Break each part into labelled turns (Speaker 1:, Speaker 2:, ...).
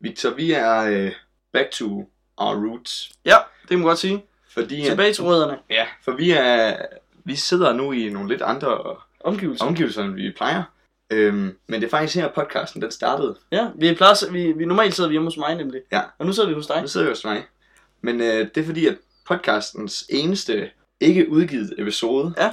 Speaker 1: Victor, vi er øh, back to our roots.
Speaker 2: Ja, det kan man godt sige.
Speaker 1: Fordi, at,
Speaker 2: Tilbage til rødderne.
Speaker 1: ja, for vi, er, vi sidder nu i nogle lidt andre
Speaker 2: Omgivelser.
Speaker 1: omgivelser, end vi plejer. Øhm, men det er faktisk her, podcasten den startede.
Speaker 2: Ja, vi, plejer, vi, vi normalt sidder vi hjemme hos mig nemlig.
Speaker 1: Ja.
Speaker 2: Og nu sidder vi hos dig.
Speaker 1: Nu sidder jeg hos mig. Men øh, det er fordi, at podcastens eneste ikke udgivet episode,
Speaker 2: Ja.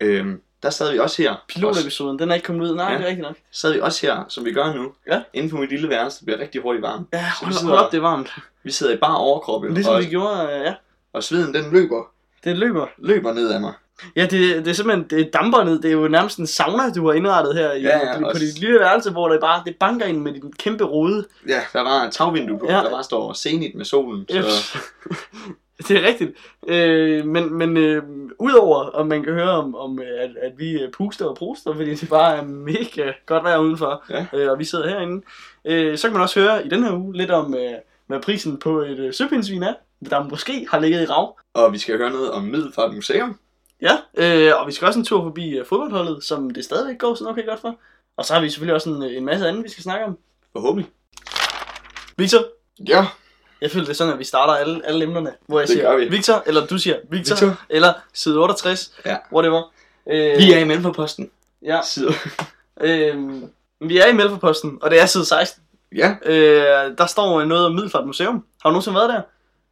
Speaker 1: øhm, der sad vi også her. Også-
Speaker 2: Pilotepisoden, den er ikke kommet ud. Nej,
Speaker 1: Ja.
Speaker 2: ja. det er rigtigt nok.
Speaker 1: sad vi også her, som vi gør nu,
Speaker 2: Ja.
Speaker 1: inde på mit lille værelse, det bliver rigtig hurtigt varmt.
Speaker 2: Ja,
Speaker 1: Så
Speaker 2: hold,
Speaker 1: vi
Speaker 2: hold
Speaker 1: sidder-
Speaker 2: op, det er varmt.
Speaker 1: Vi sidder i bare overkroppe,
Speaker 2: Ligesom
Speaker 1: og,
Speaker 2: vi gjorde, øh, ja.
Speaker 1: og sveden den løber,
Speaker 2: Det løber.
Speaker 1: løber ned ad mig.
Speaker 2: Ja, det, det er simpelthen det damper ned. Det er jo nærmest en sauna, du har indrettet her i,
Speaker 1: Ja, ja,
Speaker 2: på
Speaker 1: også-
Speaker 2: dit lille værelse, hvor det bare det banker ind med din kæmpe rode.
Speaker 1: Ja, der var et tagvindue på,
Speaker 2: Ja.
Speaker 1: der bare står senigt med solen.
Speaker 2: Ja.
Speaker 1: Så,
Speaker 2: det er rigtigt. Øh, men men øh, udover, om man kan høre om, om øh, at, at vi øh, puster og proster, fordi det bare er mega godt vejr udenfor,
Speaker 1: Ja.
Speaker 2: øh, og vi sidder herinde, øh, så kan man også høre i den her uge lidt om, øh, hvad prisen på et øh, søpindsvin er, der måske har ligget i rav.
Speaker 1: og vi skal høre noget om Middelfart Museum.
Speaker 2: Ja, øh, og vi skal også en tur forbi øh, fodboldholdet, som det stadigvæk går sådan okay godt for. Og så har vi selvfølgelig også en, øh, en masse andet, vi skal snakke om.
Speaker 1: Forhåbentlig.
Speaker 2: Victor,
Speaker 1: Ja,
Speaker 2: jeg føler det er sådan, at vi starter alle, alle emnerne, hvor jeg
Speaker 1: Det
Speaker 2: siger
Speaker 1: gør vi.
Speaker 2: Victor, eller du siger Victor,
Speaker 1: Victor.
Speaker 2: Victor. eller side 68,
Speaker 1: Ja.
Speaker 2: whatever. Øh,
Speaker 1: vi er i Mellemforposten.
Speaker 2: Ja,
Speaker 1: Sidder.
Speaker 2: øh, vi er i Melforposten, og det er side 16.
Speaker 1: Ja,
Speaker 2: Øh, der står øh, noget om Middelfart Museum. Har du nogensinde været der?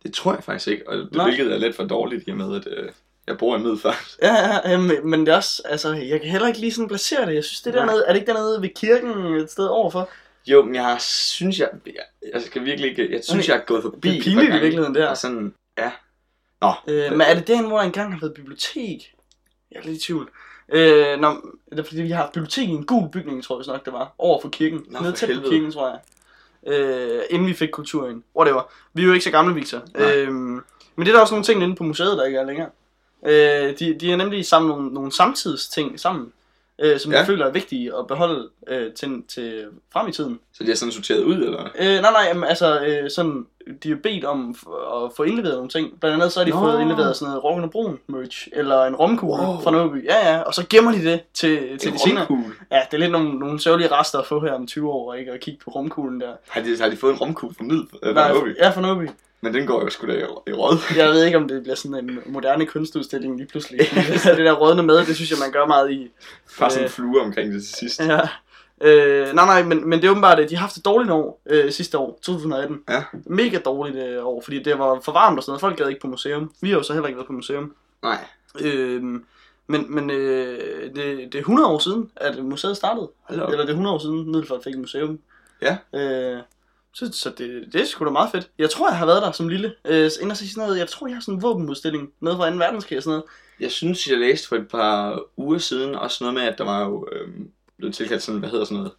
Speaker 1: det tror jeg faktisk ikke, og det,
Speaker 2: Nej.
Speaker 1: hvilket er lidt for dårligt i og med, at øh, jeg bor i Middelfart.
Speaker 2: Ja, ja, ja, men- men det er også, altså, jeg kan heller ikke lige sådan placere det. Jeg synes, det er
Speaker 1: Nej.
Speaker 2: dernede, er det ikke dernede ved kirken et sted overfor?
Speaker 1: Jo, men jeg synes, jeg, jeg, jeg skal virkelig ikke, jeg synes,
Speaker 2: Okay.
Speaker 1: jeg er gået forbi.
Speaker 2: Det
Speaker 1: et
Speaker 2: er
Speaker 1: par
Speaker 2: pinligt i
Speaker 1: gange,
Speaker 2: virkeligheden, det her.
Speaker 1: Og sådan, ja. Nå,
Speaker 2: Øh, men er det derinde, hvor der engang har været bibliotek? Jeg er lidt i tvivl. Øh, nå, det er fordi, vi har haft bibliotek i en gul bygning, tror jeg vist nok, det var. Over for kirken.
Speaker 1: Nå,
Speaker 2: Nå, Nede
Speaker 1: for
Speaker 2: tæt på
Speaker 1: helvede.
Speaker 2: kirken, tror jeg. Øh, inden vi fik kulturen. Whatever. Vi er jo ikke så gamle, Victor.
Speaker 1: Nej.
Speaker 2: Øh, men det er der også nogle ting inde på museet, der ikke er længere. Øh, de, de har nemlig samlet nogle, nogle samtidsting sammen, øh, som
Speaker 1: Ja.
Speaker 2: ja. jeg føler er vigtige at beholde øh, til, til frem i tiden.
Speaker 1: så de er sådan sorteret ud, eller?
Speaker 2: Øh, nej, nej, jamen, altså, øh, sådan, de er bedt om f- at få indleveret nogle ting. Blandt andet så har de
Speaker 1: Nå.
Speaker 2: Nå. fået indleveret sådan noget Rocken og Brun merch, eller en romkugle
Speaker 1: Wow.
Speaker 2: wow. fra Nåby. Ja, ja, og så gemmer de det til, til
Speaker 1: En
Speaker 2: de senere.
Speaker 1: romkugle.
Speaker 2: Ja, det er lidt nogle, nogle sørgelige rester at få her om 20 år, ikke? At kigge på romkuglen der.
Speaker 1: Har de, har de fået en romkugle fra Mid? Øh,
Speaker 2: Nej,
Speaker 1: fra Åby?
Speaker 2: Ja, fra Nåby.
Speaker 1: Men den går jo sgu da i, i råd.
Speaker 2: Jeg ved ikke, om det bliver sådan en moderne kunstudstilling lige pludselig. det der rødne med, det synes jeg, man gør meget i.
Speaker 1: Bare sådan en
Speaker 2: Øh.
Speaker 1: flue omkring det til sidst.
Speaker 2: Ja. Øh, nej, nej, men, men det er åbenbart, at de har haft et dårligt år øh, sidste år, 2018.
Speaker 1: Ja.
Speaker 2: Mega dårligt øh, år, fordi det var for varmt og sådan noget. Folk gad ikke på museum. Vi har jo så heller ikke været på museum.
Speaker 1: Nej.
Speaker 2: Øh, men men øh, det, det er 100 år siden, at museet startede.
Speaker 1: Hold op.
Speaker 2: Eller det er 100 år siden, Middelfart fik et museum.
Speaker 1: Ja.
Speaker 2: Øh, så så det, det er sgu da meget fedt. Jeg tror, jeg har været der som lille. Øh, inden at se sådan noget, jeg tror, jeg har sådan en våbenudstilling nede fra 2. verdenskrig og sådan noget.
Speaker 1: Jeg synes, jeg læste for et par uger siden også noget med, at der var jo øhm, blevet tilkaldt sådan, hvad hedder sådan noget?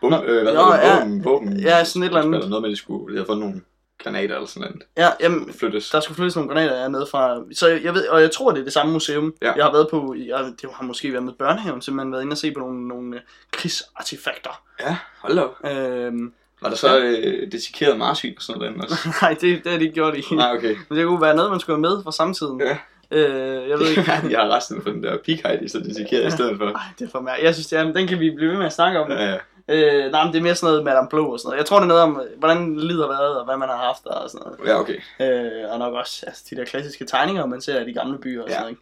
Speaker 1: Bum,
Speaker 2: Nå,
Speaker 1: øh, hvad
Speaker 2: nå,
Speaker 1: hedder det?
Speaker 2: ja.
Speaker 1: Våben, våben.
Speaker 2: Ja, sådan et eller andet.
Speaker 1: Eller noget med, at de skulle de havde fået nogle granater eller sådan noget.
Speaker 2: Ja, jamen,
Speaker 1: Flyttes.
Speaker 2: Der skulle flyttes nogle granater hernede fra. Så jeg ved, og jeg tror, det er det samme museum,
Speaker 1: Ja.
Speaker 2: ja. jeg har været på. i- Jeg, det har måske været med børnehaven, simpelthen været inde og se på nogle, nogle øh, krigsartefakter.
Speaker 1: Ja, hold op.
Speaker 2: Øhm,
Speaker 1: Var der så øh, desikeret marsvin og sådan noget andet også?
Speaker 2: nej, det, det har de ikke gjort i.
Speaker 1: Nej, okay.
Speaker 2: Men det kunne være noget, man skulle have med fra samtiden.
Speaker 1: Ja.
Speaker 2: Øh, jeg ved ikke.
Speaker 1: jeg har resten for den der pikhej, de så desikeret i stedet for.
Speaker 2: Ej, det er for mærkeligt. Jeg synes, det er, den kan vi blive ved med at snakke om.
Speaker 1: Ja, ja.
Speaker 2: Øh, nej, men det er mere sådan noget Madame Blå og sådan noget. Jeg tror, det er noget om, øh, hvordan livet har været, og hvad man har haft og sådan noget.
Speaker 1: ja, okay.
Speaker 2: Øh, og nok også altså, de der klassiske tegninger, man ser i de gamle byer og
Speaker 1: Ja.
Speaker 2: ja. sådan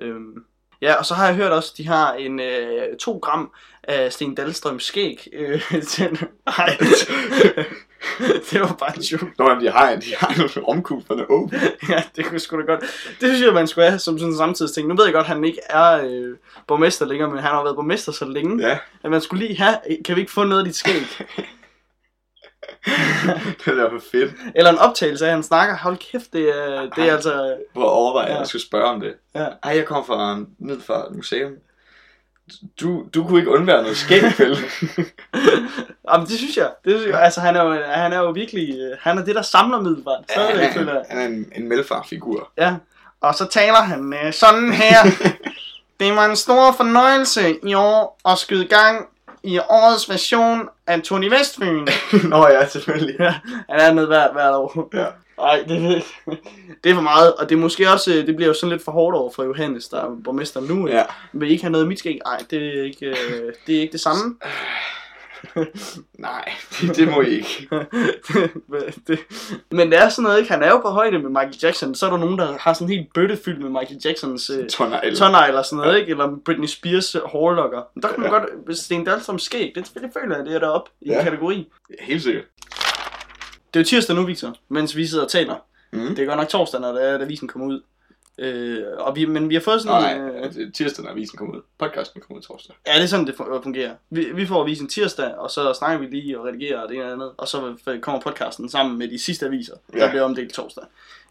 Speaker 2: noget. ikke? Øhm, ja, og så har jeg hørt også, at de har en øh, 2 gram af Sten Dahlstrøms skæg. Øh, til, nej, det var bare en joke.
Speaker 1: Nå, men de har, de har nogle romkugle fra Åby.
Speaker 2: Ja, det kunne sgu da godt. Det synes jeg, man skulle have som sådan en samtidsting. Nu ved jeg godt, at han ikke er øh, borgmester længere, men han har været borgmester så længe,
Speaker 1: Ja.
Speaker 2: at man skulle lige have, kan vi ikke få noget af dit skæg?
Speaker 1: det er for fedt.
Speaker 2: Eller en optagelse af, at han snakker. Hold kæft, det er, det er altså...
Speaker 1: Prøv at overveje, ja.
Speaker 2: Ja.
Speaker 1: at jeg skulle spørge om det.
Speaker 2: Ja.
Speaker 1: Ej, jeg kommer fra, ned fra et museum. Du, du kunne ikke undvære noget skæg, vel?
Speaker 2: Jamen, det synes jeg. Det synes jeg. Altså, han er, jo, han er jo virkelig... øh, Han er det, der samler middelbart.
Speaker 1: Ja, han,
Speaker 2: Stadigvæk,
Speaker 1: er,
Speaker 2: føler jeg.
Speaker 1: han er en, en melfarfigur.
Speaker 2: Ja. Og så taler han øh, sådan her. det var en stor fornøjelse i år at skyde gang i årets version af Tony Vestfyn.
Speaker 1: Nå ja, selvfølgelig.
Speaker 2: Ja, han er noget hvert, hvert år.
Speaker 1: Ja.
Speaker 2: Ej, det, det er for meget. Og det er måske også... øh, Det bliver jo sådan lidt for hårdt over for Johannes, der er borgmester nu. ikke?
Speaker 1: Ja.
Speaker 2: Vil I ikke have noget af mit skæg? Nej, det er ikke, øh, det, er ikke det samme.
Speaker 1: Nej, det, det må I ikke.
Speaker 2: det, det. Men det er sådan noget, ikke? Han er jo på højde med Michael Jackson. Så er der nogen, der har sådan en helt bøtte fyldt med Michael Jacksons øh,
Speaker 1: Tonal.
Speaker 2: tonnegle eller sådan noget, ikke? Eller Britney Spears øh, hårlokker. Men der kan man godt... Hvis Sten Dahlstrøm skæg, det, det føler jeg, det er deroppe i en
Speaker 1: Ja.
Speaker 2: kategori.
Speaker 1: Helt sikkert.
Speaker 2: Det er jo tirsdag nu, Victor, mens vi sidder og taler.
Speaker 1: Mm.
Speaker 2: Det er godt nok torsdag, når det er, at avisen kommer ud. Øh, og vi, men vi har fået
Speaker 1: Nå, nej,
Speaker 2: sådan en... Øh,
Speaker 1: det er tirsdag, når avisen kommer ud. Podcasten kommer ud torsdag.
Speaker 2: ja, det er sådan, det fun- fungerer. Vi, vi får avisen tirsdag, og så snakker vi lige og redigerer og det ene og det andet. Og så f- kommer podcasten sammen med de sidste aviser, der
Speaker 1: Ja.
Speaker 2: bliver omdelt torsdag.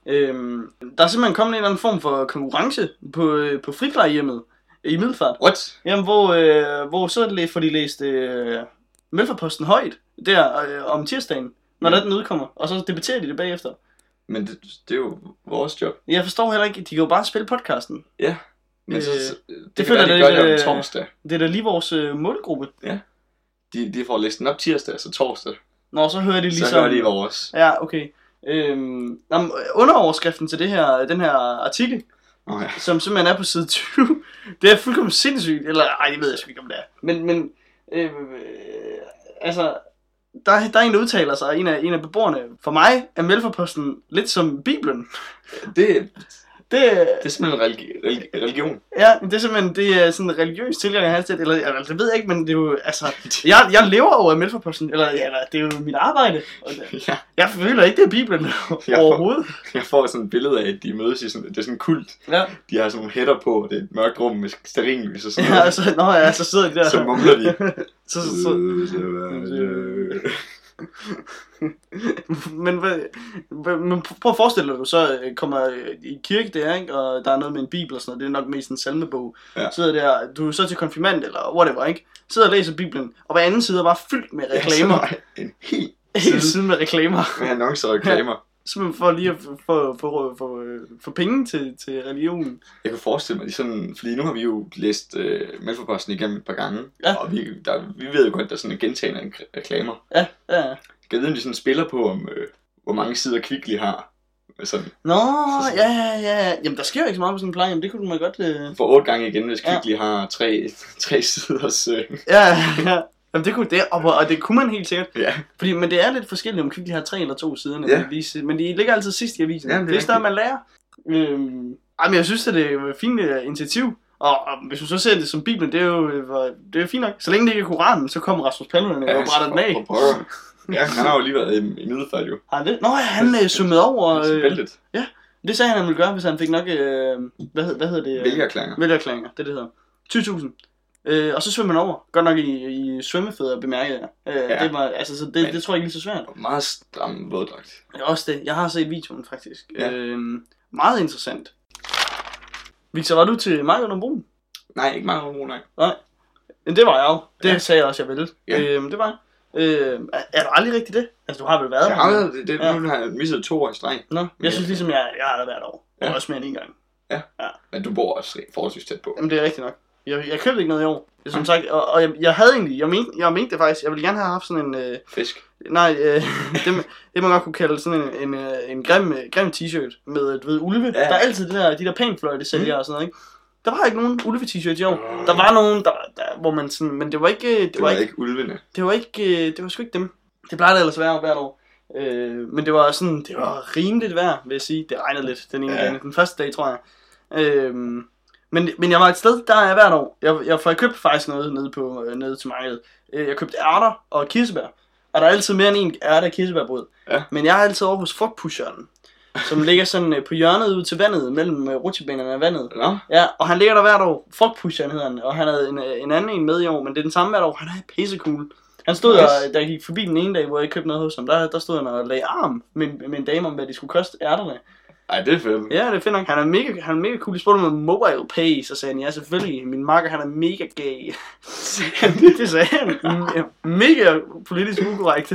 Speaker 2: Øhm, der er simpelthen kommet en eller anden form for konkurrence på, øh, på friplejehjemmet i Middelfart.
Speaker 1: What?
Speaker 2: Jamen, hvor, øh, hvor så er det, læ- får de læst øh, Mølferposten højt der øh, om tirsdagen, når
Speaker 1: Mm.
Speaker 2: mm. den udkommer. Og så debatterer de det bagefter.
Speaker 1: Men det, det er jo vores job.
Speaker 2: Jeg forstår heller ikke, de kan jo bare spille podcasten.
Speaker 1: Men så,
Speaker 2: Øh,
Speaker 1: så- det, føler
Speaker 2: føler jeg
Speaker 1: de
Speaker 2: lidt,
Speaker 1: gør det
Speaker 2: øh,
Speaker 1: om torsdag.
Speaker 2: Det er da lige vores øh, målgruppe.
Speaker 1: De, de får læst den op tirsdag, så torsdag.
Speaker 2: Nå, så hører de ligesom...
Speaker 1: Så gør de vores.
Speaker 2: Ja, okay. Øhm, jamen, underoverskriften til det her, den her artikel,
Speaker 1: Nå ja.
Speaker 2: som simpelthen er på side 20, det er fuldkommen sindssygt. Eller, ej, det ved jeg sgu ikke, om det er. Men, men øh, øh, altså, der, er- der er en, der udtaler sig, en af, en af beboerne. For mig er Melforposten lidt som Bibelen.
Speaker 1: Det,
Speaker 2: Det,
Speaker 1: det er simpelthen religi- religi- religion.
Speaker 2: ja, det er simpelthen det er sådan en religiøs tilgang, han har til det. Eller, eller, det ved jeg ikke, men det er jo, altså, jeg, jeg lever over Melforposten, eller, eller det er jo mit arbejde. Og det,
Speaker 1: Ja,
Speaker 2: Jeg føler ikke, det er Bibelen
Speaker 1: Ja.
Speaker 2: overhovedet.
Speaker 1: jeg får sådan et billede af, at de mødes i sådan, det er sådan en kult.
Speaker 2: Ja.
Speaker 1: De har sådan nogle hætter på, og det er et mørkt rum med stearinlys og sådan
Speaker 2: ja altså, nå ja, så sidder de der.
Speaker 1: Så mumler de.
Speaker 2: så, så, så. Men, hvad, hvad- men prøv at forestille dig, du så øh, kommer øh, i kirke der, ikke? og der er noget med en bibel og sådan noget. Det er nok mest en salmebog.
Speaker 1: Ja.
Speaker 2: Sidder der, du er så til konfirmand eller whatever, ikke? Sidder og læser bibelen, og hver anden side er bare fyldt med reklamer.
Speaker 1: Ja, så var en helt
Speaker 2: Hele siden med reklamer.
Speaker 1: med annoncer og reklamer.
Speaker 2: Simpelthen for lige at få, få, få, få, øh, få penge til, til religionen.
Speaker 1: Jeg kunne forestille mig, de sådan, fordi nu har vi jo læst øh, Mælkeposten igennem et par gange,
Speaker 2: Ja.
Speaker 1: og vi, der, vi ved jo godt, der er sådan gentagende re- reklamer.
Speaker 2: Ja, ja. ja.
Speaker 1: Jeg ved, om de sådan spiller på, om, øh, hvor mange sider Kvickly har. Men Sådan,
Speaker 2: Nå,
Speaker 1: Så sådan-
Speaker 2: ja, ja, ja. Jamen, der sker jo ikke så meget på sådan en plejehjem. Det kunne man godt... Øh...
Speaker 1: for otte gange igen, hvis
Speaker 2: Ja.
Speaker 1: Kvickly ja. har tre, tre siders... Øh,
Speaker 2: Ja, ja. Jamen, det kunne det, og, og det kunne man helt sikkert.
Speaker 1: ja.
Speaker 2: Fordi, men det er lidt forskelligt, om Kvickly har tre eller to sider.
Speaker 1: Ja.
Speaker 2: Ja. Lige, men de ligger altid sidst i avisen.
Speaker 1: Ja,
Speaker 2: Ja,
Speaker 1: det
Speaker 2: det,
Speaker 1: er
Speaker 2: det er sådan, man lærer. Øhm, ej, men jeg synes, at det er et fint øh, initiativ. Og, og, hvis du så ser det som Bibelen, det er jo øh, hvor- det er jo fint nok. Så længe det ikke er Koranen, så kommer Rasmus Paludan og brænder den af.
Speaker 1: For, for pokker. ja, han har jo lige været i, i Middelfart jo.
Speaker 2: Har han det? Nå ja, han øh, summede over.
Speaker 1: Og,
Speaker 2: Øh,
Speaker 1: Vældet.
Speaker 2: det sagde han, han ville gøre, hvis han fik nok... Øh, hvad, hed, hvad hedder det? øh,
Speaker 1: Vælgerklæringer.
Speaker 2: Vælgerklæringer, det er det hedder. 20.000. Øh, og så svømmer man over. Godt nok i, i svømmefædre, bemærker jeg. Øh,
Speaker 1: Ja.
Speaker 2: ja. det, var, altså, så det,
Speaker 1: Men-
Speaker 2: det tror jeg ikke er lige så svært.
Speaker 1: Meget stram våddragt.
Speaker 2: Ja, Også det. Jeg har set videoen, faktisk.
Speaker 1: Ja.
Speaker 2: Ja. Øhm, meget interessant. Victor, var du til Mario under broen?
Speaker 1: Nej, ikke meget hormon, nej.
Speaker 2: Men Det var jeg jo. Det
Speaker 1: Ja.
Speaker 2: ja. sagde jeg også, jeg ville.
Speaker 1: Ja.
Speaker 2: Ja. Øhm, det var jeg. Øhm, er, er du aldrig rigtig det? Altså, du har vel været
Speaker 1: Jeg
Speaker 2: der?
Speaker 1: har været, det, det,
Speaker 2: Ja.
Speaker 1: nu har jeg misset to år i streg.
Speaker 2: Nå, jeg synes ligesom, jeg, jeg har været over.
Speaker 1: Ja.
Speaker 2: Ja. Også mere end en gang.
Speaker 1: Men du bor også forholdsvis tæt på.
Speaker 2: Jamen, det er rigtigt nok. Jeg, jeg købte ikke noget i år. Det er
Speaker 1: Mm.
Speaker 2: Som sagt, og, og jeg, jeg havde egentlig, jeg mente, jeg mente det faktisk, jeg ville gerne have haft sådan en, øh,
Speaker 1: Fisk.
Speaker 2: Nej, øh, det, man- det man godt kunne kalde sådan en, en, øh, en grim, øh, grim t-shirt med, øh, du ved, ulve.
Speaker 1: Ja.
Speaker 2: Ja. Der er altid det der, de der pænfløjte sælger mm. og sådan noget, ikke? Der var ikke nogen ulve t-shirts i år. Der var nogen, der, der, hvor man sådan, men det var ikke, øh, det,
Speaker 1: Det
Speaker 2: det var,
Speaker 1: var
Speaker 2: ikke,
Speaker 1: ikke ulvene.
Speaker 2: det var ikke, øh, det var sgu ikke dem. Det plejer det ellers at være hvert år. Øh, men det var sådan, det var rimeligt vejr, vil jeg sige. Det regnede lidt den ene
Speaker 1: Ja.
Speaker 2: ja. dag, den første dag, tror jeg. Øh, men, men jeg var et sted, der er jeg hvert år. Jeg, jeg, for jeg købte faktisk noget nede, på, øh, nede til markedet. Øh, jeg købte ærter og kirsebær. Og der er altid mere end en ærter og kirsebærbrød.
Speaker 1: Ja.
Speaker 2: Men jeg er altid over hos frugtpusheren. Som ligger sådan øh, på hjørnet ud til vandet, mellem øh, rutsjebanerne og vandet.
Speaker 1: Nå?
Speaker 2: Ja, og han ligger der hvert år. Fuck Pushan hedder han, og han havde en, øh, en anden en med i år, men det er den samme hvert år. Han er pissecool. Han stod
Speaker 1: Nice.
Speaker 2: nice. og, da jeg gik forbi den ene dag, hvor jeg købte noget hos ham, der, der stod han og lagde arm med, en- med en dame om, hvad de skulle koste ærterne.
Speaker 1: Ej, det er fedt.
Speaker 2: Ja, det finder han. Han er mega, han er mega cool. Jeg spurgte ham om mobile pay, så sagde han, ja selvfølgelig, min makker han er mega gay. det sagde han. M- mega politisk ukorrekt.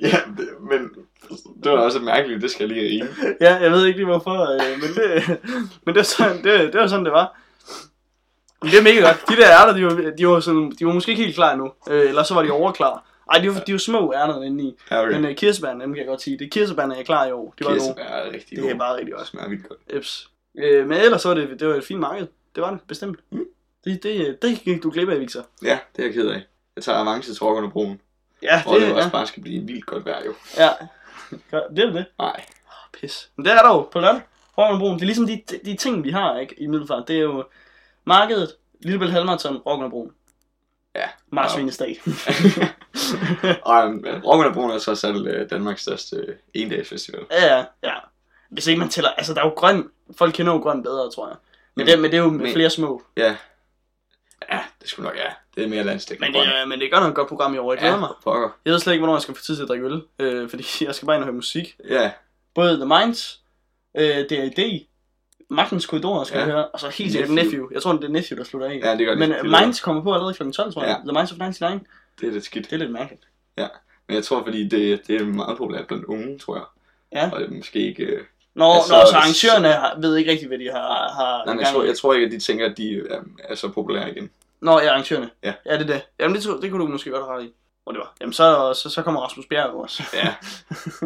Speaker 1: Ja, det, men det var også mærkeligt, det skal jeg lige rime.
Speaker 2: ja, jeg ved ikke lige hvorfor, øh, men, det, men det, var sådan, det, det var sådan, det var. Men det er mega godt. De der ærter, de var, de var, sådan, de var måske ikke helt klar endnu, øh, eller så var de overklar. Ej, de var, de var små ærter inde i,
Speaker 1: Ja, okay.
Speaker 2: men øh, kirsebærne, dem kan jeg godt sige. Det er kirsebærne, jeg er klar i år. Det var gode.
Speaker 1: Kirsebær er rigtig
Speaker 2: Det er
Speaker 1: gode.
Speaker 2: bare rigtig
Speaker 1: Det
Speaker 2: godt.
Speaker 1: smager vildt godt.
Speaker 2: Eps. Øh, men ellers så var det, det var et fint marked. Det var det, bestemt.
Speaker 1: Mm.
Speaker 2: Det, det, det gik du glip af, Victor.
Speaker 1: Ja, det er jeg ked af. Jeg tager avance til Rock under broen.
Speaker 2: Ja,
Speaker 1: Og det
Speaker 2: det,
Speaker 1: jo også
Speaker 2: ja.
Speaker 1: bare skal blive vildt godt vejr, jo.
Speaker 2: ja. Gør- Det er det.
Speaker 1: Nej.
Speaker 2: Pis. Men det er der jo på lørdag. Rock'n'Broen. Det er ligesom de, de, de ting, vi har ikke, i Middelfart. Det er jo markedet, Lillebælt Halmarathon, Rock'n'Broen.
Speaker 1: Ja.
Speaker 2: Marsvinestag.
Speaker 1: Og um, Rock under broen er trods alt øh, Danmarks største øh, endagsfestival.
Speaker 2: ja, ja, ja. Hvis ikke man tæller... Altså, der er jo grøn. Folk kan nå grøn bedre, tror jeg. Men, det, men det er jo med
Speaker 1: men-
Speaker 2: flere små.
Speaker 1: Ja. Ja, det skulle nok, ja. Det er mere landstækkende.
Speaker 2: Men det, er, men det er godt nok et godt program i år. Jeg glæder
Speaker 1: ja,
Speaker 2: ja. mig.
Speaker 1: pokker.
Speaker 2: Jeg ved slet ikke, hvornår jeg skal få tid til at drikke øl. Øh, fordi jeg skal bare ind og høre musik.
Speaker 1: Ja,
Speaker 2: både The Minds, øh, D.A.D., Magtens Korridorer skal
Speaker 1: Ja.
Speaker 2: ja. vi høre, og så helt sikkert
Speaker 1: Nephew.
Speaker 2: Nephew. Jeg tror, det er Nephew, der slutter af.
Speaker 1: ja det gør det.
Speaker 2: Men
Speaker 1: det,
Speaker 2: uh,
Speaker 1: lyder-
Speaker 2: Minds kommer på allerede kl. 12, tror jeg.
Speaker 1: Ja.
Speaker 2: The Minds of 99.
Speaker 1: Det er lidt skidt.
Speaker 2: Det er lidt mærkeligt.
Speaker 1: Men jeg tror, fordi det, det er meget populært blandt unge, tror jeg.
Speaker 2: Ja.
Speaker 1: Og det er måske ikke... Øh,
Speaker 2: Nå,
Speaker 1: Altså,
Speaker 2: altså, nå så arrangørerne har, ved ikke rigtigt, hvad de har, har
Speaker 1: nej, men jeg
Speaker 2: gang
Speaker 1: tror,
Speaker 2: i.
Speaker 1: jeg tror ikke, at de tænker, at de er, er så populære igen.
Speaker 2: Nå, ja, arrangørerne.
Speaker 1: Ja.
Speaker 2: ja det er det. Jamen, det, tror, det kunne du måske godt have ret i. Hvor det var. Jamen, så, så, så kommer Rasmus Bjerg også.
Speaker 1: Ja.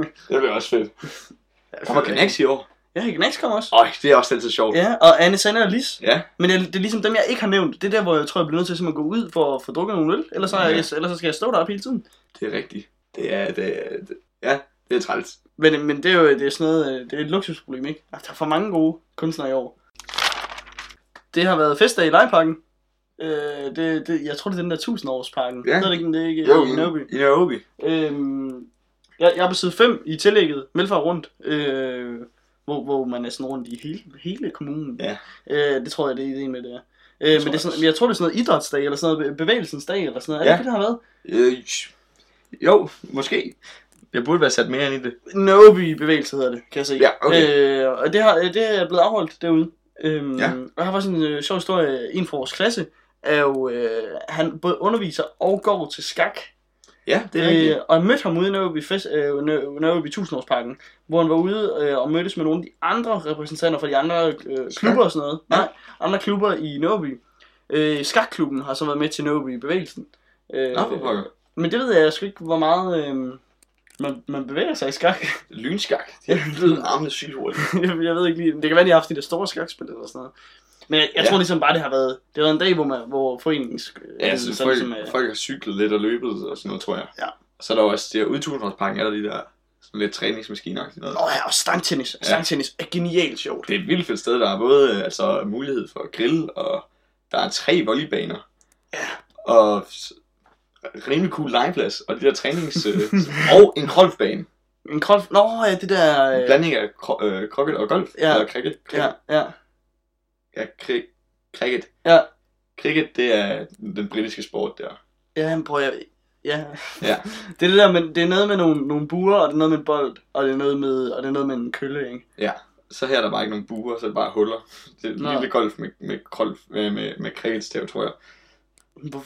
Speaker 1: det bliver også fedt. Kommer Connect i år?
Speaker 2: Ja, Gnax kommer også.
Speaker 1: Øj, det er også altid sjovt.
Speaker 2: Ja, og Anne Sander og Lis.
Speaker 1: Ja.
Speaker 2: Men jeg, det er ligesom dem, jeg ikke har nævnt. Det er der, hvor jeg tror, jeg bliver nødt til simpelthen at gå ud for at få drukket nogle øl. Ellers, så, er jeg,
Speaker 1: Ja.
Speaker 2: ellers så skal jeg stå deroppe hele tiden.
Speaker 1: Det er rigtigt. Det er... Det er det, ja, det er træls.
Speaker 2: Men, men det er jo det er sådan noget, øh, det er et luksusproblem, ikke? Altså, der er for mange gode kunstnere i år. Det har været festdag i legeparken. Øh, det, det, jeg tror, det er den der tusindårsparken.
Speaker 1: Ja.
Speaker 2: Ja. Det ikke, om det er ikke øh, i Nørby.
Speaker 1: I Nairobi.
Speaker 2: Øhm, jeg, jeg er på side 5 i tillægget, Melfar rundt, øh, hvor, hvor man er sådan rundt i hele, hele kommunen.
Speaker 1: Ja.
Speaker 2: Øh, det tror jeg, det er ideen med det er.
Speaker 1: tror
Speaker 2: Øh, men det er
Speaker 1: jeg
Speaker 2: sådan,
Speaker 1: også.
Speaker 2: jeg tror, det er sådan noget idrætsdag, eller sådan noget bevægelsens dag, eller sådan noget.
Speaker 1: Ja.
Speaker 2: Er det, ikke, det har været?
Speaker 1: Øh, jo, måske. Jeg burde være sat mere ind i det.
Speaker 2: Nobi bevægelse hedder det, kan jeg se.
Speaker 1: Ja, okay.
Speaker 2: Øh, og det, har, det er blevet afholdt derude. Øhm,
Speaker 1: Ja.
Speaker 2: ja. Og jeg har faktisk en øh, sjov historie. En fra vores klasse er jo, øh, han både underviser og går til skak. Øh,
Speaker 1: Ja, det er rigtigt.
Speaker 2: og jeg mødte ham ude i Nørreby, fest, øh, Nør- Nørreby Tusindårsparken, hvor han var ude øh, og mødtes med nogle af de andre repræsentanter fra de andre øh, klubber og sådan noget.
Speaker 1: Ja.
Speaker 2: Nej, andre klubber i Nørreby. Øh, skakklubben har så været med til Nørreby bevægelsen. Øh,
Speaker 1: Nå, for pokker.
Speaker 2: men det ved jeg sgu ikke, hvor meget øh, man, man bevæger sig i skak.
Speaker 1: Lynskak. Det er blevet armene sygt hurtigt.
Speaker 2: jeg, jeg ved ikke lige, det kan være, de har haft de der store skakspil eller sådan noget. Men jeg, jeg
Speaker 1: Ja.
Speaker 2: ja. tror ligesom bare, det har været, det har været en dag, hvor, man, hvor foreningen... sk-
Speaker 1: Ja, altså,
Speaker 2: sådan
Speaker 1: folk,
Speaker 2: ligesom, øh,
Speaker 1: folk har cyklet lidt og løbet og sådan noget, tror jeg.
Speaker 2: Ja.
Speaker 1: Og så er der jo også det her udtugnårspakken, er der de der sådan lidt træningsmaskiner og sådan noget.
Speaker 2: Nå ja, og stangtennis.
Speaker 1: Ja.
Speaker 2: Stangtennis er genialt sjovt.
Speaker 1: Det er et vildt fedt sted, der er både øh, altså, mulighed for at grille, og der er tre volleybaner.
Speaker 2: Ja.
Speaker 1: Og s- rimelig cool legeplads, og de der trænings... øh, og en golfbane.
Speaker 2: En krolf... Nå ja, det der...
Speaker 1: En
Speaker 2: Øh,
Speaker 1: blanding af kro- øh, krokket og golf.
Speaker 2: Ja.
Speaker 1: Eller cricket.
Speaker 2: ja, ja.
Speaker 1: Ja, kri- cricket.
Speaker 2: Ja.
Speaker 1: Cricket, det er den britiske sport der.
Speaker 2: Ja, men prøv at... Ja.
Speaker 1: Ja.
Speaker 2: Det er det der, men det er noget med nogle, nogle buer, og det er noget med en bold, og det er noget med, og det er noget med en kølle, ikke?
Speaker 1: Så her er der bare ikke nogen buer, så er det bare huller. Det er
Speaker 2: Nå.
Speaker 1: lille golf med, med, golf, med, med, med cricketstav, tror jeg.
Speaker 2: Hvor,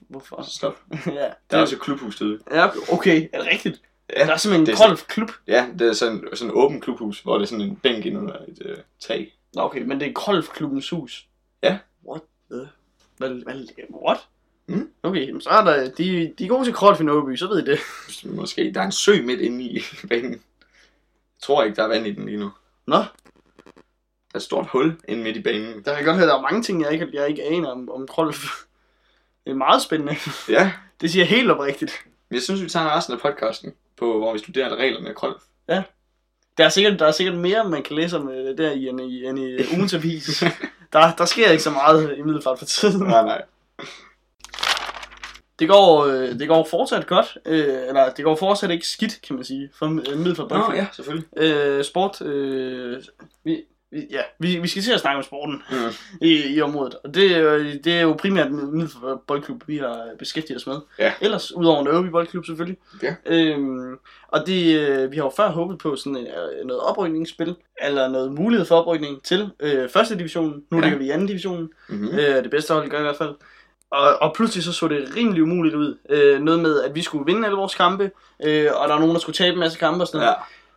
Speaker 2: hvorfor?
Speaker 1: Stop.
Speaker 2: ja,
Speaker 1: Der er
Speaker 2: det,
Speaker 1: også et klubhus derude.
Speaker 2: ja, okay. Er det rigtigt?
Speaker 1: Ja,
Speaker 2: Der er simpelthen
Speaker 1: det
Speaker 2: en
Speaker 1: er sådan-
Speaker 2: krolf-klub.
Speaker 1: ja det er sådan, sådan et åbent klubhus, hvor det er sådan en bænk ind under et øh, tag.
Speaker 2: Nå, okay, men det er Krolfklubbens hus.
Speaker 1: Ja.
Speaker 2: What the... Hvad, hvad, what?
Speaker 1: Mm.
Speaker 2: Okay, jamen, så er der... De, de er gode til Krolf i Nørreby, så ved I det.
Speaker 1: Måske. Der er en sø midt inde i banen. Jeg tror ikke, der er vand i den lige nu.
Speaker 2: Nå,
Speaker 1: Der er et stort hul inde midt i banen.
Speaker 2: der kan jeg godt høre, der er mange ting, jeg ikke, jeg ikke aner om, om Krolf. Det er meget spændende.
Speaker 1: Ja,
Speaker 2: Det siger jeg helt oprigtigt.
Speaker 1: men jeg synes, vi tager resten af podcasten, på, hvor vi studerer reglerne af golf.
Speaker 2: Der er sikkert, der er sikkert mere, man kan læse om øh, der i, end i, end i ugens avis. der, der sker ikke så meget i middelfart for tiden.
Speaker 1: Nej, nej.
Speaker 2: Det går, øh, det går fortsat godt, øh, eller det går fortsat ikke skidt, kan man sige, for øh, middelfart.
Speaker 1: Nå, ja, selvfølgelig.
Speaker 2: Øh, sport. Øh, vi, vi- ja, vi, vi skal til at snakke om sporten
Speaker 1: Mm.
Speaker 2: mm. i, i området. Og det, er jo- det er jo primært Middelfart Boldklub, vi har beskæftiget os med.
Speaker 1: Ja.
Speaker 2: Ellers, udover Nørreby Boldklub selvfølgelig.
Speaker 1: Ja.
Speaker 2: Øhm, og det, øh, vi har jo før håbet på sådan en, øh, noget oprykningsspil, eller noget mulighed for oprykning til øh, første divisionen.
Speaker 1: Ja.
Speaker 2: Nu ja. ligger vi i anden divisionen.
Speaker 1: Mm-hmm.
Speaker 2: Øh, det bedste hold gør i hvert fald. Og, og pludselig så så det rimelig umuligt ud. Øh, noget med, at vi skulle vinde alle vores kampe, øh, og der var nogen, der skulle tabe en masse kampe og sådan noget.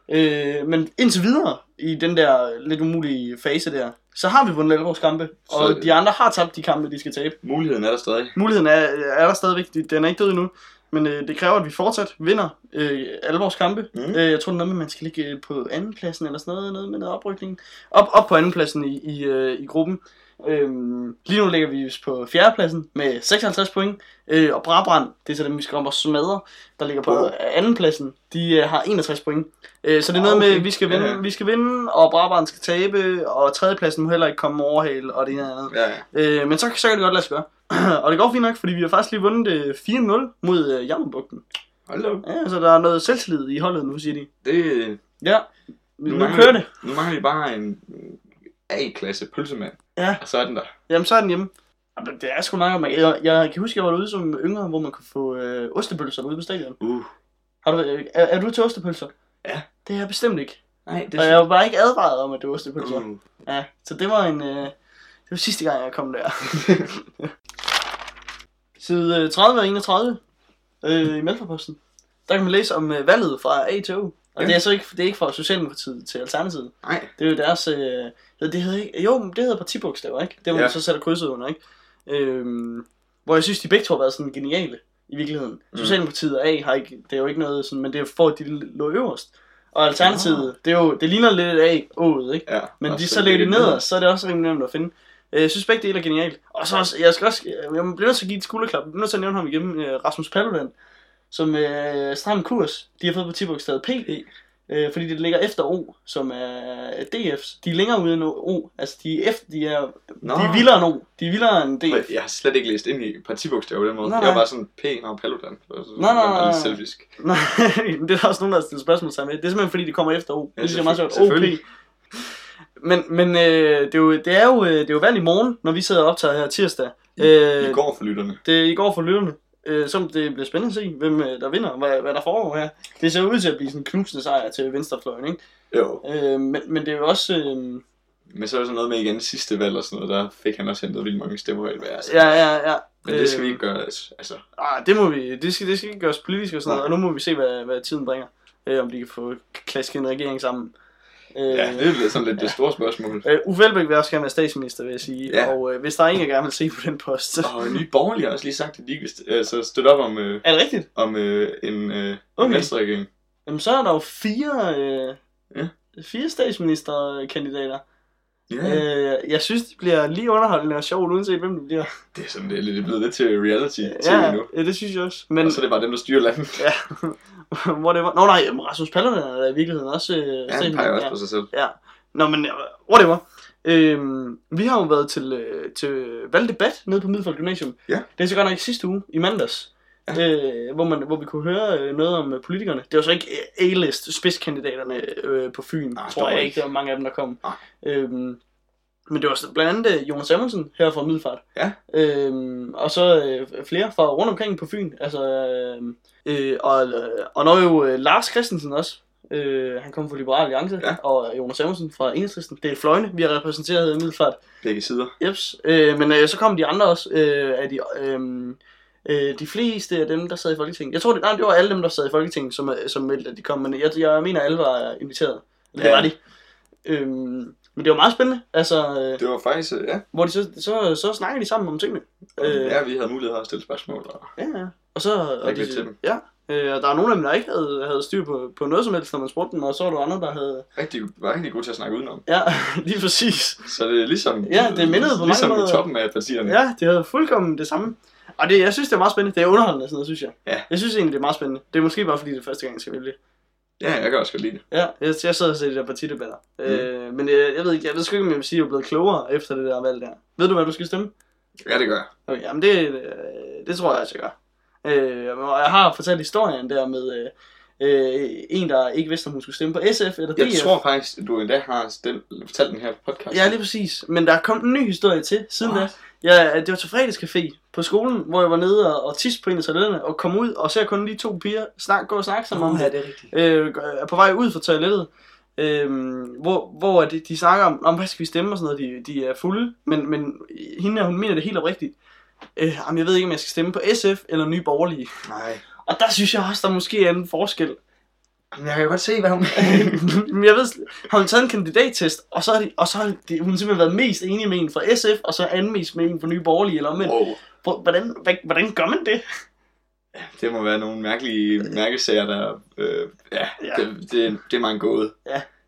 Speaker 1: Ja.
Speaker 2: Øh, men indtil videre, i den der lidt umulige fase der, så har vi vundet alle vores kampe,
Speaker 1: Så-
Speaker 2: og de andre har tabt de kampe, de skal tabe.
Speaker 1: Muligheden er der stadig.
Speaker 2: Muligheden er, er der stadigvæk, de- den er ikke død endnu, men øh, det kræver, at vi fortsat vinder øh, alle vores kampe.
Speaker 1: Mm.
Speaker 2: Mm. Øh, jeg tror, det er noget med, at man skal ligge øh, på andenpladsen eller sådan noget, noget med noget oprykning. Op, op på andenpladsen i, i, øh, i gruppen. Øhm, lige nu ligger vi på fjerdepladsen med 56 point, øh, og Brabrand, det er så dem, vi skal om og smadre, der ligger på
Speaker 1: Wow.
Speaker 2: andenpladsen, de øh, har 61 point. Øh, så det er
Speaker 1: Ah,
Speaker 2: noget med,
Speaker 1: okay.
Speaker 2: at vi skal vinde,
Speaker 1: Ja, ja.
Speaker 2: vi skal vinde, og Brabrand skal tabe, og tredjepladsen må heller ikke komme og overhale, og det ene og det andet.
Speaker 1: Ja, ja.
Speaker 2: Øh, men så, så kan det godt lade sig gøre. og det går fint nok, fordi vi har faktisk lige vundet øh, 4-0 mod øh, Jammerbugten.
Speaker 1: Hold da op.
Speaker 2: Ja, så der er noget selvtillid i holdet nu, siger de.
Speaker 1: Det, øh,
Speaker 2: Ja, nu, nu
Speaker 1: Nu mangler-
Speaker 2: kører det.
Speaker 1: nu mangler vi bare en A-klasse pølsemand.
Speaker 2: Ja.
Speaker 1: Og så er den der.
Speaker 2: Jamen, så er den hjemme. Jamen, det er sgu meget godt. Jeg, jeg kan huske, jeg var derude som yngre, hvor man kunne få øh, ostepølser ude på stadion.
Speaker 1: Uh.
Speaker 2: Har du, øh, er, er du til ostepølser?
Speaker 1: Ja.
Speaker 2: Det er jeg bestemt ikke.
Speaker 1: Nej, det
Speaker 2: Og jeg Mm. var bare ikke advaret om, at det var ostepølser.
Speaker 1: Uh.
Speaker 2: Ja, så det var en... Øh, det var sidste gang, jeg kom der.
Speaker 1: Uh.
Speaker 2: Side øh, 30 og 31 øh, i Mælkeposten. Der kan man læse om øh, valget fra A til O. Og
Speaker 1: Ja.
Speaker 2: det er så ikke, det er ikke fra Socialdemokratiet til Alternativet.
Speaker 1: Nej.
Speaker 2: Det er jo deres... Øh, det hedder ikke, jo, men det hedder partibogstaver, ikke? Det var
Speaker 1: Ja.
Speaker 2: man så sætter krydset under, ikke? Øhm, hvor jeg synes, de begge to har været sådan geniale i virkeligheden.
Speaker 1: Mm.
Speaker 2: Socialdemokratiet og A har ikke, det er jo ikke noget sådan, men det er for, at de lå øverst. Og
Speaker 1: Ah.
Speaker 2: Alternativet, det, er jo, det ligner lidt A ået, ikke?
Speaker 1: Ja.
Speaker 2: Men
Speaker 1: og
Speaker 2: de, så lægger de ned, altså. så er det også rimelig nemt at finde. Øh, Jeg synes begge dele er genialt. Og så også, jeg skal også, jeg bliver nødt til at give et skulderklap. Jeg bliver nødt til at nævne ham igen, øh, Rasmus Paludan, som øh, stram kurs. De har fået på tibogstavet P, øh, fordi det ligger efter O, som er DF's. De er længere ude end O, altså de er, efter, de er,
Speaker 1: Nå.
Speaker 2: de er vildere end O. De er vildere end
Speaker 1: Prøv,
Speaker 2: DF.
Speaker 1: Jeg har slet ikke læst ind i partibogstaver på den måde. Nej,
Speaker 2: Nej,
Speaker 1: jeg var
Speaker 2: nej.
Speaker 1: bare sådan pæn og paludan. Og så
Speaker 2: Nej, nej,
Speaker 1: var jeg
Speaker 2: nej,
Speaker 1: lidt
Speaker 2: nej.
Speaker 1: selvisk.
Speaker 2: Nej, men det er der også nogen, der har stillet spørgsmål sammen med. Det er simpelthen fordi, det kommer efter O.
Speaker 1: Ja,
Speaker 2: det synes jeg er meget sjovt. OP.
Speaker 1: selvfølgelig.
Speaker 2: Men, men øh, det, er jo, det, er jo, øh, det er jo valg i morgen, når vi sidder og optager her tirsdag.
Speaker 1: I
Speaker 2: Øh,
Speaker 1: går for lytterne.
Speaker 2: Det er i går for lytterne. Øh, som det bliver spændende at se, hvem øh, der vinder, og hvad, hvad der foregår her. Det ser ud til at blive sådan en knusende sejr til venstrefløjen, ikke?
Speaker 1: Jo.
Speaker 2: Øh, men, men det er jo også... Øh,
Speaker 1: Men så er der sådan noget med igen sidste valg og sådan noget, der fik han også hentet vildt mange stemmer i hver. Altså.
Speaker 2: ja, ja, ja.
Speaker 1: Men det skal vi
Speaker 2: Øh,
Speaker 1: ikke gøre, altså. altså.
Speaker 2: Ah, det må vi, det skal, det skal ikke gøres politisk og sådan noget, og nu må vi se, hvad, hvad tiden bringer. Øh, om de kan få klasket en regering sammen. Øh,
Speaker 1: Ja, det er sådan lidt det store spørgsmål.
Speaker 2: Øh, Uffe Elbæk vil også gerne være statsminister, vil jeg sige.
Speaker 1: Ja.
Speaker 2: Og øh, hvis der er en, jeg gerne vil se på den post, så...
Speaker 1: Og Nye Borgerlige har også lige sagt, at de ikke vil st- altså, støtte op om, øh,
Speaker 2: Er det rigtigt?
Speaker 1: om øh, en øh,
Speaker 2: Okay.
Speaker 1: okay. venstreregering.
Speaker 2: Jamen, så er der jo fire... Øh,
Speaker 1: Ja.
Speaker 2: Fire statsministerkandidater.
Speaker 1: Ja, øh.
Speaker 2: Øh, jeg synes, det bliver lige underholdende og sjovt, uanset hvem det bliver.
Speaker 1: det er sådan det er lidt blevet lidt til reality ja. nu.
Speaker 2: ja, det synes jeg også. Men,
Speaker 1: Og så er det bare dem, der styrer landet.
Speaker 2: ja, hvor det var... Nå nej, jamen, Rasmus Paludan er da i virkeligheden også... Øh,
Speaker 1: Ja, han
Speaker 2: statsminister,
Speaker 1: peger
Speaker 2: ja.
Speaker 1: også på sig selv.
Speaker 2: Nå, men øh, whatever. Øhm, vi har jo været til, øh, til valgdebat nede på Middelfart Gymnasium.
Speaker 1: Ja.
Speaker 2: Det er så godt nok i sidste uge, i mandags. Ja. Øh, hvor, man, hvor vi kunne høre øh, noget om øh, politikerne. Det var så ikke øh, A-list spidskandidaterne øh, på Fyn,
Speaker 1: Nej,
Speaker 2: tror
Speaker 1: dog
Speaker 2: jeg
Speaker 1: ikke.
Speaker 2: ikke. Der var mange af dem, der kom.
Speaker 1: Nej.
Speaker 2: Øhm, men det var så blandt andet øh, Jonas Amundsen her fra Middelfart.
Speaker 1: Ja.
Speaker 2: Øhm, og så øh, flere fra rundt omkring på Fyn. Altså, øh, øh, og, øh, og når jo øh, Lars Christensen også. Øh, han kommer fra Liberal Alliance.
Speaker 1: Ja.
Speaker 2: Og Jonas Amundsen fra Enhedslisten. Det er fløjene, vi har repræsenteret i Middelfart.
Speaker 1: Begge sider.
Speaker 2: Jeps. Øh, men øh, så kom de andre også. Øh, af de, øh, øh, de fleste af dem, der sad i Folketinget. Jeg tror, det, nej, det var alle dem, der sad i Folketinget, som, øh, som meldte, at de kom. Men jeg, jeg mener, alle var inviteret. Eller det
Speaker 1: Ja.
Speaker 2: var de. Øh, men det var meget spændende. Altså, øh,
Speaker 1: Det var faktisk, øh, ja,
Speaker 2: hvor de så, så, så snakker de sammen om tingene.
Speaker 1: øh. ja, vi havde mulighed for at stille spørgsmål. Og...
Speaker 2: Ja, ja. Og så... Og
Speaker 1: lidt til dem.
Speaker 2: Ja. Øh, og der er nogle af dem, der ikke havde, havde styr på, på noget som helst, når man spurgte dem, og så var der andre, der havde...
Speaker 1: Rigtig, var rigtig god til at snakke udenom.
Speaker 2: Ja, lige præcis.
Speaker 1: Så det er ligesom,
Speaker 2: Ja, det mindede på mange
Speaker 1: ligesom
Speaker 2: måder.
Speaker 1: i toppen af partierne.
Speaker 2: Ja, de havde fuldkommen det samme. Og det, jeg synes, det er meget spændende. Det er underholdende, sådan noget, synes jeg.
Speaker 1: Ja.
Speaker 2: Jeg synes egentlig, det er meget spændende. Det er måske bare, fordi det er første gang, jeg skal vælge.
Speaker 1: ja, jeg kan også godt lide det.
Speaker 2: Ja, jeg, jeg sidder og ser de der partidebatter. Mm. Øh, men jeg, jeg ved ikke, jeg ved sgu ikke, om jeg vil sige, at jeg er blevet klogere efter det der valg der. Ved du, hvad du skal stemme?
Speaker 1: Ja, det gør jeg.
Speaker 2: Okay, jamen det, øh, det tror jeg også, jeg gør. Øh, og jeg har fortalt historien der med øh, øh, en, der ikke vidste, om hun skulle stemme på SF eller DF.
Speaker 1: Jeg tror faktisk, at du endda har stemt, fortalt den her på podcast.
Speaker 2: Ja, lige præcis. Men der er kommet en ny historie til siden
Speaker 1: Ah,
Speaker 2: da. Ja, det var til fredagscafé på skolen, hvor jeg var nede og, og tisse på en af toiletterne, og kom ud og ser kun lige to piger snak, gå og snakke sammen om det.
Speaker 1: det er rigtigt.
Speaker 2: Øh, er på vej ud fra toilettet, øh, hvor, hvor de, de snakker om, om, hvad skal vi stemme og sådan noget, de, de er fulde, men, men hende her, hun mener det helt oprigtigt. Øh, jamen, jeg ved ikke, om jeg skal stemme på SF eller Nye Borgerlige.
Speaker 1: Nej.
Speaker 2: Og der synes jeg også, der måske er en forskel.
Speaker 1: Men jeg kan jo godt se, hvad hun...
Speaker 2: Men jeg ved, sl- har hun taget en kandidattest, og så har, de, og så har de, hun simpelthen været mest enig med en fra SF, og så anden mest med en fra Nye Borgerlige, eller omvendt.
Speaker 1: wow.
Speaker 2: Hvor- Hvordan, hvad, hvordan gør man det?
Speaker 1: Det må være nogle mærkelige mærkesager, der... Øh, ja,
Speaker 2: Ja.
Speaker 1: ja. Det, det, det er mig en gåde.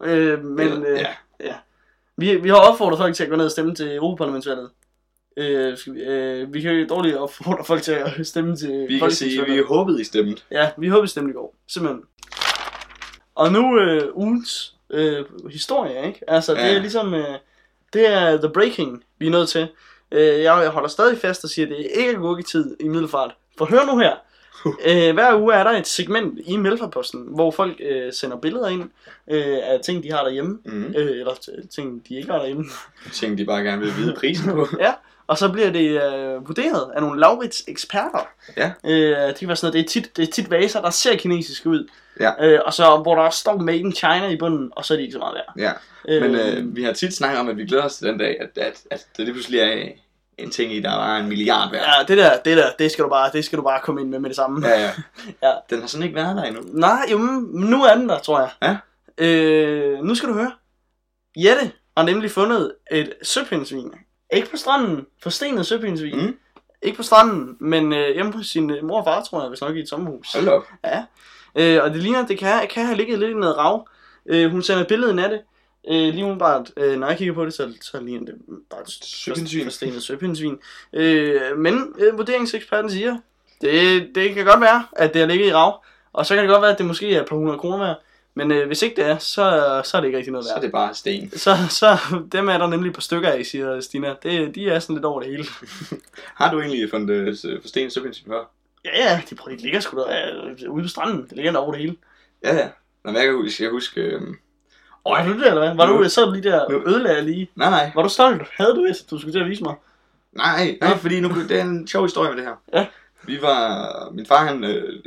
Speaker 2: Øh, men,
Speaker 1: Eller-
Speaker 2: øh,
Speaker 1: ja.
Speaker 2: Vi, vi har opfordret folk til at gå ned og stemme til Europaparlamentsvalget. Øh, skal vi, øh, vi kan jo dårligt opfordre folk til at stemme til
Speaker 1: Vi kan sige, at vi håbede, I stemte.
Speaker 2: Ja, vi håber bestemt i går. Simpelthen. Og nu øh, ugens øh, historie, ikke? Altså, det
Speaker 1: Ja.
Speaker 2: er ligesom... Øh, det er the breaking, vi er nødt til. Øh, jeg, jeg holder stadig fast og siger, at det er ikke agurketid i middelfart. For hør nu her. Øh, hver uge er der et segment i Melfarposten, hvor folk øh, sender billeder ind øh, af ting, de har derhjemme.
Speaker 1: Mm.
Speaker 2: Øh, eller t- ting, de ikke har derhjemme.
Speaker 1: Tænkte, de bare gerne ville vide prisen på.
Speaker 2: Og så bliver det øh, vurderet af nogle Laurits eksperter.
Speaker 1: Ja.
Speaker 2: Øh, det kan være sådan noget, det er tit, det er tit vaser, der ser kinesiske ud.
Speaker 1: Ja.
Speaker 2: Øh, og så hvor der også står Made in China i bunden, og så er de ikke så meget værd.
Speaker 1: Ja.
Speaker 2: Øh,
Speaker 1: Men øh, vi har tit snakket om, at vi glæder os til den dag, at, at, at det lige pludselig er en ting i, der var en milliard værd.
Speaker 2: Ja, det der, det der, det skal du bare, det skal du bare komme ind med med det samme.
Speaker 1: Ja, ja.
Speaker 2: Ja.
Speaker 1: Den har sådan ikke været der endnu.
Speaker 2: Nej, jo, men nu er den der, tror jeg.
Speaker 1: Ja.
Speaker 2: Øh, nu skal du høre. Jette har nemlig fundet et søpindsvin. Ikke på stranden, forstenet søpindsvin.
Speaker 1: Mm.
Speaker 2: Ikke på stranden, men øh, hjemme hos sin øh, mor og far, tror jeg, hvis nok i et sommerhus.
Speaker 1: Hold da op.
Speaker 2: Øh, og det ligner, at det kan, kan have ligget lidt i noget rav. Øh, hun sender billedet af det. Øh, lige umiddelbart, øh, når jeg kigger på det, så, så ligner det bare et
Speaker 1: Søpindsvin.
Speaker 2: forstenet søpindsvin. Øh, men øh, vurderingseksperten siger, det, det kan godt være, at det har ligget i rav. Og så kan det godt være, at det måske er et par hundrede kroner værd. Men øh, hvis ikke det er, så, så er det ikke rigtig noget
Speaker 1: Så er
Speaker 2: værd.
Speaker 1: det bare sten.
Speaker 2: Så, så dem er der nemlig et par stykker af, siger Stina. Det, de er sådan lidt over det hele.
Speaker 1: Har du egentlig fundet øh, for sten søpindsvin før?
Speaker 2: Ja, ja, de, prøver, de ligger sgu der, øh, ude på stranden. Det ligger der over det hele.
Speaker 1: Ja, ja. Nå, men jeg kan huske, jeg husker... Øh...
Speaker 2: Og er du det, eller hvad? Var du,
Speaker 1: Nu-
Speaker 2: sad du lige der,
Speaker 1: nu-
Speaker 2: ødelagde jeg lige.
Speaker 1: Nej, nej.
Speaker 2: Var du stolt? Havde du et, du skulle til at vise mig?
Speaker 1: Nej, nej, fordi nu, det er en sjov historie med det her.
Speaker 2: Ja.
Speaker 1: Vi var, min far han øh,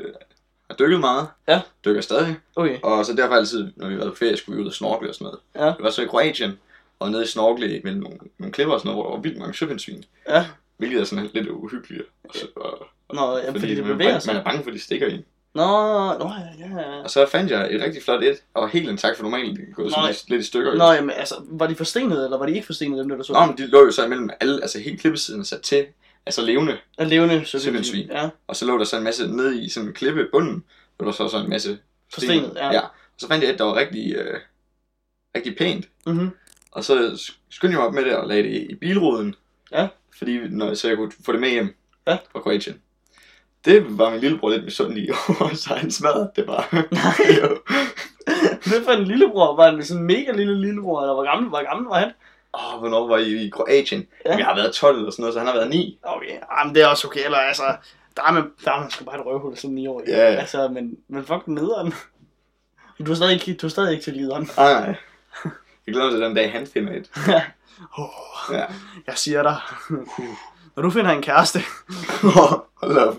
Speaker 1: har dykket meget,
Speaker 2: Ja.
Speaker 1: dykker stadig,
Speaker 2: Okay.
Speaker 1: og så derfor altid, når vi var på ferie, skulle vi ud og snorkle og sådan noget.
Speaker 2: Ja.
Speaker 1: Vi var så i Kroatien, og nede i snorkle mellem nogle, nogle klipper og sådan noget, hvor der var vildt mange søpindsvin,
Speaker 2: Ja.
Speaker 1: hvilket er sådan lidt uhyggeligt. Og så, og,
Speaker 2: Nå, ja, fordi, fordi det
Speaker 1: man, er
Speaker 2: bevæger
Speaker 1: bange-
Speaker 2: sig.
Speaker 1: man er bange for, at de stikker i.
Speaker 2: Nå, nå, ja, ja, ja.
Speaker 1: Og så fandt jeg et rigtig flot et, og var helt intakt for normalt, det gået sådan
Speaker 2: Nej.
Speaker 1: lidt, lidt i stykker.
Speaker 2: Nå, jamen, altså, var de forstenede, eller var de ikke forstenede, dem der, der så?
Speaker 1: Nå, men de lå jo så imellem alle, altså helt klippesiden sat til, altså levende.
Speaker 2: Er levende
Speaker 1: Simpelthen
Speaker 2: søpindsvin.
Speaker 1: svin.
Speaker 2: Ja.
Speaker 1: Og så lå der så en masse ned i sådan en klippe i bunden, og der så så en masse
Speaker 2: Forstenet, ja.
Speaker 1: ja. Og så fandt jeg et, der var rigtig, øh, rigtig pænt.
Speaker 2: Mhm.
Speaker 1: Og så sk- skyndte jeg mig op med det og lagde det i, i bilruden.
Speaker 2: Ja.
Speaker 1: Fordi, når, så jeg kunne få det med hjem
Speaker 2: Ja.
Speaker 1: fra Kroatien. Det var min lillebror lidt misundelig over, så han smadrede det bare. Nej. jo.
Speaker 2: Hvad for en lillebror? Var han sådan en mega lille lillebror, eller hvor gammel, hvor gammel var han?
Speaker 1: Åh, hvornår var I i Kroatien?
Speaker 2: Ja.
Speaker 1: Ja. Jeg har været 12 eller sådan noget, så han har været 9.
Speaker 2: Okay, jamen, det er også okay, eller altså, der er man, der er man sgu bare et røvhul som ni år. ikke?
Speaker 1: Ja.
Speaker 2: Altså, men, men fuck nederen. Du har stadig ikke, du har stadig ikke til lideren.
Speaker 1: Ej, nej. Jeg glæder mig til den dag, han finder et.
Speaker 2: Oh,
Speaker 1: Ja.
Speaker 2: jeg siger dig. Når du finder en kæreste,
Speaker 1: Hold da op.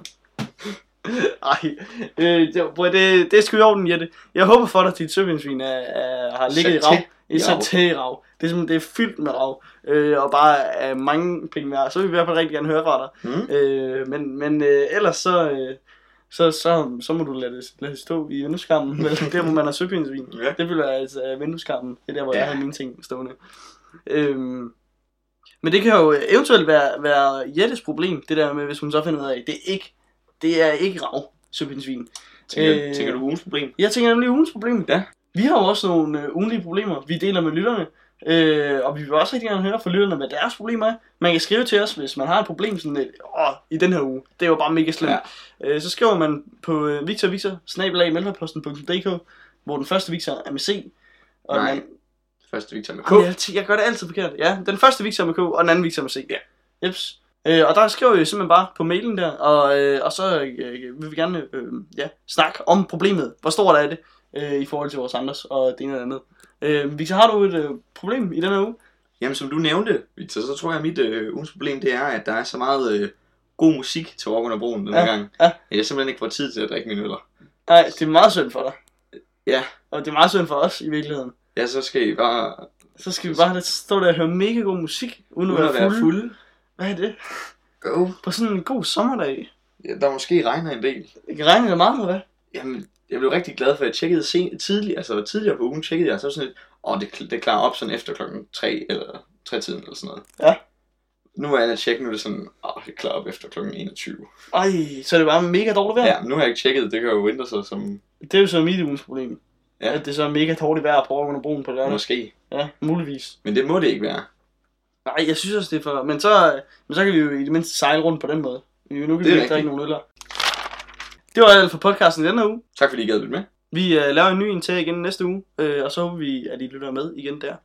Speaker 2: Ej, øh, det, bror, det, det er sgu i orden, Jette. Jeg håber for dig, at dit søvindsvin er, er, har ligget i
Speaker 1: Sat
Speaker 2: rav.
Speaker 1: til
Speaker 2: I
Speaker 1: i rav.
Speaker 2: saté i rav. Det er simpelthen det er fyldt med rav. Øh, og bare er mange penge værd. Så vil vi i hvert fald rigtig gerne høre fra dig.
Speaker 1: Mm.
Speaker 2: Øh, men men øh, ellers så, øh, så, så, så må du lade det, lade det stå i vindueskarmen. vel? der hvor man har søvindsvin.
Speaker 1: Ja.
Speaker 2: Det ville være altså øh, vindueskarmen. Det er der, hvor ja.
Speaker 1: Ja.
Speaker 2: jeg havde mine ting stående. Øhm, men det kan jo øh, eventuelt være, være Jettes problem, det der med, hvis hun så finder ud af, det er ikke, det er ikke rav, søpindsvin.
Speaker 1: Tænker,
Speaker 2: Øh.
Speaker 1: øh... tænker du ugens problem?
Speaker 2: Jeg tænker nemlig ugens problem.
Speaker 1: Ja.
Speaker 2: Vi har jo også nogle øh, ugenlige problemer, vi deler med lytterne. Øh, og vi vil også rigtig gerne høre fra lytterne, hvad deres problemer er. Man kan skrive til os, hvis man har et problem sådan et, åh, i den her uge. Det var bare mega slemt. Ja. Øh, så skriver man på øh, victorvisor.dk, hvor den første Victor er med C. Og den
Speaker 1: Nej.
Speaker 2: anden-
Speaker 1: Første Victor med K.
Speaker 2: Jamen, Jeg, er altid- jeg gør det altid forkert. Ja, den første Victor med K, og den anden Victor med C. Ja. Jeps. Øh, og der skriver vi simpelthen bare på mailen der, og, øh, og så øh, vil vi gerne øh, ja, snakke om problemet. Hvor stort er det øh, i forhold til vores andres og det ene og det andet. Øh, Victor, har du et øh, problem i denne uge?
Speaker 1: Jamen, som du nævnte, Victor, så tror jeg, at mit øh, ugens problem, det er, at der er så meget øh, god musik til Walk under broen den her
Speaker 2: Ja,
Speaker 1: gang,
Speaker 2: ja.
Speaker 1: at jeg simpelthen ikke får tid til at drikke mine øller.
Speaker 2: Nej, det er meget synd for dig.
Speaker 1: Ja.
Speaker 2: Og det er meget synd for os i virkeligheden.
Speaker 1: Ja, så skal I bare
Speaker 2: Så skal vi bare stå der og høre mega god musik, uden at
Speaker 1: uden
Speaker 2: være
Speaker 1: at være
Speaker 2: fulde. Fuld.
Speaker 1: fulde.
Speaker 2: Hvad er det?
Speaker 1: Jo.
Speaker 2: På sådan en god sommerdag.
Speaker 1: Ja, der måske regner en del.
Speaker 2: Det regner det meget, eller hvad?
Speaker 1: Jamen, jeg blev rigtig glad for, at jeg tjekkede sen, tidligere, altså tidligere på ugen tjekkede jeg, så var sådan lidt, åh, det, kl- det klarer op sådan efter klokken 3 eller 3 tiden eller sådan noget.
Speaker 2: Ja.
Speaker 1: Nu er jeg inde at tjekke, nu er det sådan, åh, det klarer op efter klokken 21.
Speaker 2: Ej, så er det bare mega dårligt vejr.
Speaker 1: Ja, men nu har jeg ikke tjekket, det kan jo ændre sig som,
Speaker 2: Det er jo så mit ugens problem.
Speaker 1: Ja.
Speaker 2: Ja. At det så er mega dårligt vejr at prøve under broen på lørdag.
Speaker 1: Måske.
Speaker 2: Ja, muligvis.
Speaker 1: Men det må det ikke være.
Speaker 2: Nej, jeg synes også, det er for... Men så, øh, men så kan vi jo i det mindste sejle rundt på den måde. Nu kan vi
Speaker 1: rigtigt.
Speaker 2: ikke drikke nogen øller. Det var alt for podcasten i denne uge.
Speaker 1: Tak fordi I gad lidt med.
Speaker 2: Vi øh, laver en ny en til igen næste uge, øh, og så håber vi, at I lytter med igen der.